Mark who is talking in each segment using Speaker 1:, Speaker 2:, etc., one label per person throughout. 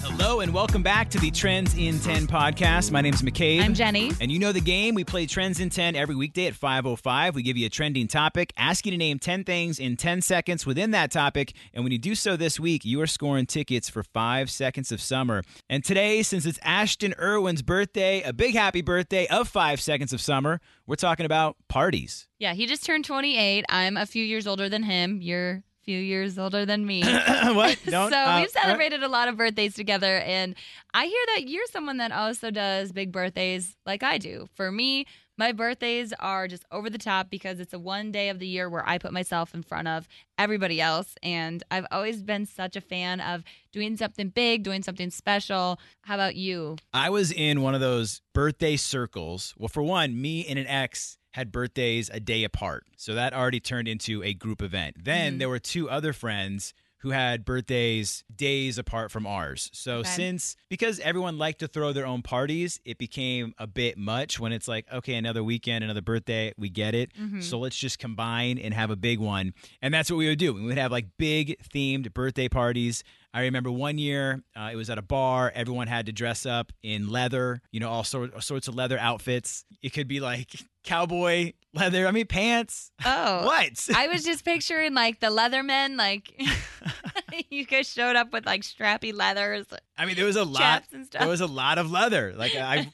Speaker 1: Hello and welcome back to the Trends in 10 podcast. My name's McCabe.
Speaker 2: I'm Jenny.
Speaker 1: And you know the game. We play Trends in 10 every weekday at 5.05. We give you a trending topic, ask you to name 10 things in 10 seconds within that topic. And when you do so this week, you are scoring tickets for Five Seconds of Summer. And today, since it's Ashton Irwin's birthday, a big happy birthday of Five Seconds of Summer, we're talking about parties.
Speaker 2: Yeah, he just turned 28. I'm a few years older than him. You're a few years older than me.
Speaker 1: what?
Speaker 2: so
Speaker 1: Don't, uh,
Speaker 2: we've celebrated a lot of birthdays together, and I hear that you're someone that also does big birthdays like I do. For me, my birthdays are just over the top because it's a one day of the year where I put myself in front of everybody else. And I've always been such a fan of doing something big, doing something special. How about you?
Speaker 1: I was in one of those birthday circles. Well, for one, me and an ex had birthdays a day apart. So that already turned into a group event. Then
Speaker 2: Mhm.
Speaker 1: there were two other friends who had birthdays days apart from ours. So
Speaker 2: Okay.
Speaker 1: since because everyone liked to throw their own parties, it became a bit much when it's like, okay, another weekend, another birthday, we get it.
Speaker 2: Mhm.
Speaker 1: So let's just combine and have a big one. And that's what we would do. We would have like big themed birthday parties. I remember one year uh, it was at a bar. Everyone had to dress up in leather, you know, all sort, all sorts of leather outfits. It could be like cowboy leather, I mean, pants.
Speaker 2: Oh,
Speaker 1: What?
Speaker 2: I was just picturing like the Leathermen, like you guys showed up with like strappy leathers,
Speaker 1: I mean, there was a lot.
Speaker 2: chaps and stuff.
Speaker 1: There was a lot of leather. Like, I.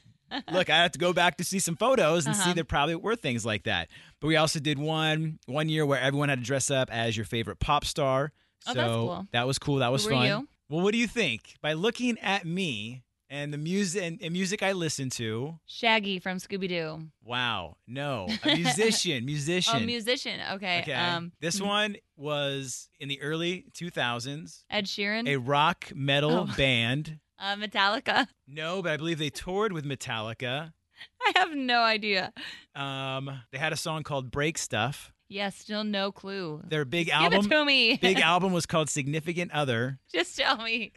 Speaker 1: Look, I have to go back to see some photos and see
Speaker 2: Uh-huh.
Speaker 1: there probably were things like that. But we also did one one year where everyone had to dress up as your favorite pop star.
Speaker 2: Oh,
Speaker 1: so
Speaker 2: that's cool.
Speaker 1: that was cool. That was
Speaker 2: were
Speaker 1: fun.
Speaker 2: you?
Speaker 1: Well, what do you think? By looking at me and the music and, and music I listen to,
Speaker 2: Shaggy from Scooby Doo.
Speaker 1: wow, no, a musician, musician.
Speaker 2: Oh, musician. Okay.
Speaker 1: Okay,
Speaker 2: Um,
Speaker 1: this one was in the early 2000s,
Speaker 2: Ed Sheeran,
Speaker 1: a rock metal
Speaker 2: Oh.
Speaker 1: band.
Speaker 2: uh, Metallica.
Speaker 1: No, but I believe they toured with Metallica.
Speaker 2: I have no idea.
Speaker 1: Um, they had a song called "Break Stuff."
Speaker 2: Yeah, still no clue.
Speaker 1: Their big
Speaker 2: Give
Speaker 1: album,
Speaker 2: it to me.
Speaker 1: big album was called "Significant Other."
Speaker 2: just tell me.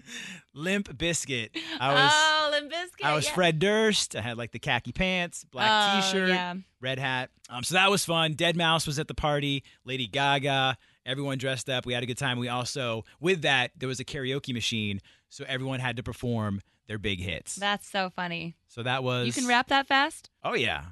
Speaker 1: Limp Biscuit. I was,
Speaker 2: oh, Limp Bizkit.
Speaker 1: I was
Speaker 2: yeah.
Speaker 1: Fred Durst. I had like the khaki pants, black
Speaker 2: Oh,
Speaker 1: T-shirt,
Speaker 2: Yeah.
Speaker 1: red hat. Um, so that was fun. Dead Mouse was at the party. Lady Gaga. Everyone dressed up. We had a good time. We also, with that, there was a karaoke machine, so everyone had to perform their big hits.
Speaker 2: That's so funny.
Speaker 1: so that was.
Speaker 2: You can rap that fast?
Speaker 1: Oh yeah,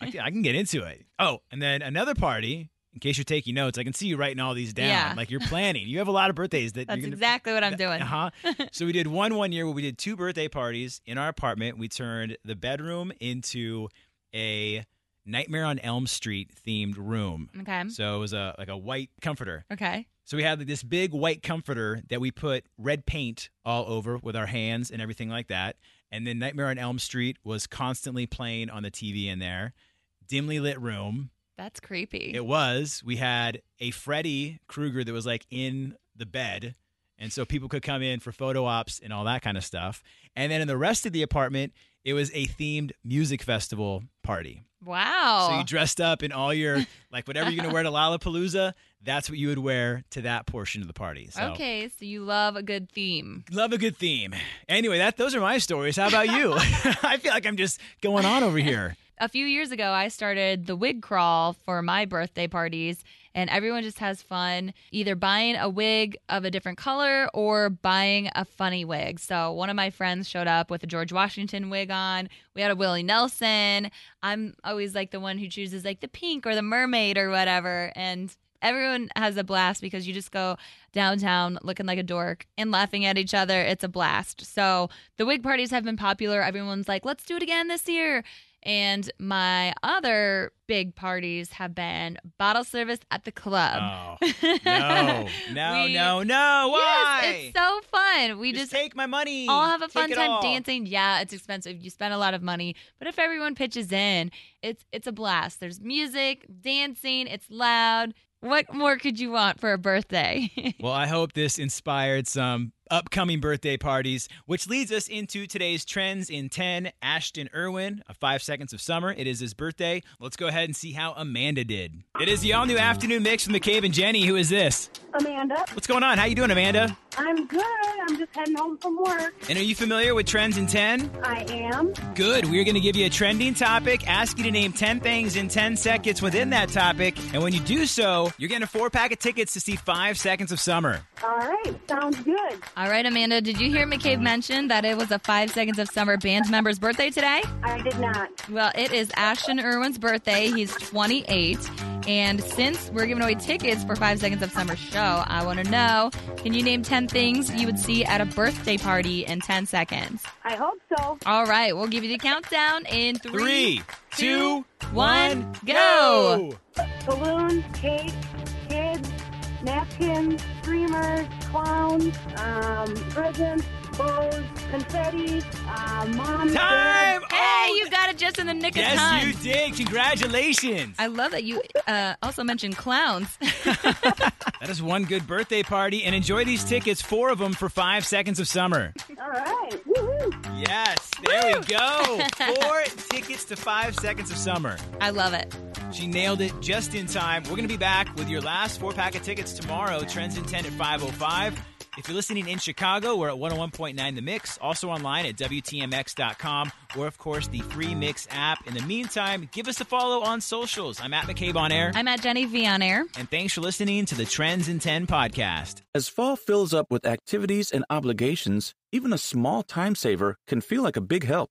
Speaker 1: I can, I can get into it. Oh, and then another party. In case you're taking notes, I can see you writing all these down.
Speaker 2: Yeah.
Speaker 1: Like you're planning. You have a lot of birthdays that
Speaker 2: That's
Speaker 1: you're gonna,
Speaker 2: exactly what I'm doing.
Speaker 1: Uh huh. so we did one one year where we did two birthday parties in our apartment. We turned the bedroom into a Nightmare on Elm Street themed room.
Speaker 2: Okay.
Speaker 1: So it was a like a white comforter.
Speaker 2: Okay.
Speaker 1: So we had like, this big white comforter that we put red paint all over with our hands and everything like that. And then Nightmare on Elm Street was constantly playing on the TV in there. Dimly lit room.
Speaker 2: That's creepy.
Speaker 1: It was. We had a Freddy Krueger that was like in the bed. And so people could come in for photo ops and all that kind of stuff. And then in the rest of the apartment, it was a themed music festival party.
Speaker 2: wow.
Speaker 1: So you dressed up in all your, like whatever you're going to wear to Lollapalooza, that's what you would wear to that portion of the party. So
Speaker 2: Okay, so you love a good theme.
Speaker 1: love a good theme. Anyway, that those are my stories. How about you? I feel like I'm just going on over here.
Speaker 2: A few years ago, I started the wig crawl for my birthday parties, and everyone just has fun either buying a wig of a different color or buying a funny wig. So, one of my friends showed up with a George Washington wig on. We had a Willie Nelson. I'm always like the one who chooses like the pink or the mermaid or whatever. And everyone has a blast because you just go downtown looking like a dork and laughing at each other. It's a blast. So the wig parties have been popular. Everyone's like, let's do it again this year. And my other big parties have been bottle service at the club.
Speaker 1: Oh, no, no,
Speaker 2: Um, We-
Speaker 1: no, no. Why?
Speaker 2: Yes, it's so fun. We just
Speaker 1: take my money.
Speaker 2: all have a
Speaker 1: Take
Speaker 2: fun
Speaker 1: it
Speaker 2: time
Speaker 1: all.
Speaker 2: dancing. Yeah, it's expensive. You spend a lot of money, but if everyone pitches in, it's it's a blast. There's music, dancing, it's loud. What more could you want for a birthday?
Speaker 1: Well, I hope this inspired some upcoming birthday parties, which leads us into today's trends in 10. Ashton Irwin of Five Seconds of Summer. It is his birthday. Let's go ahead and see how Amanda did. It is the all new afternoon mix with McCabe and Jenny. Who is this?
Speaker 3: Amanda.
Speaker 1: What's going on? How you doing, Amanda?
Speaker 3: I'm good. I'm just heading home from work.
Speaker 1: And are you familiar with trends in 10?
Speaker 3: I am.
Speaker 1: Good. We're going to give you a trending topic, ask you to name 10 things in 10 seconds within that topic. And when you do so, you're getting a four pack of tickets to see Five Seconds of Summer.
Speaker 3: All right. Sounds good.
Speaker 2: All right, Amanda, did you hear McCabe mention that it was a Five Seconds of Summer band member's birthday today?
Speaker 3: I did not.
Speaker 2: Well, it is Ashton Irwin's birthday. He's 28. And since we're giving away tickets for Five Seconds of Summer show, I want to know can you name 10 things you would see at a birthday party in 10 seconds?
Speaker 3: I hope so.
Speaker 2: All right, we'll give you the countdown in three,
Speaker 1: Three, two,
Speaker 2: one,
Speaker 1: one,
Speaker 2: go.
Speaker 3: Balloons, cake, kids, napkins, streamers, clowns, um, presents, bows, confetti, uh, mom.
Speaker 1: Time!
Speaker 2: Hey, you got it just in the nick of
Speaker 1: Yes,
Speaker 2: time.
Speaker 1: you did. Congratulations.
Speaker 2: I love that you uh, also mentioned clowns.
Speaker 1: That is one good birthday party, and enjoy these tickets, four of them for five seconds of summer.
Speaker 3: dad. All right. Woo-hoo.
Speaker 1: Yes, there we go. Four tickets to five seconds of summer.
Speaker 2: I love it.
Speaker 1: She nailed it just in time. We're going to be back with your last four pack of tickets tomorrow. Trends in 10 at 505. If you're listening in Chicago, we're at 101.9 The Mix, also online at WTMX.com, or of course the free Mix app. In the meantime, give us a follow on socials. I'm at McCabe on Air,
Speaker 2: I'm at Jenny V on air.
Speaker 1: and thanks for listening to the Trends in 10 podcast.
Speaker 4: As fall fills up with activities and obligations, even a small time saver can feel like a big help.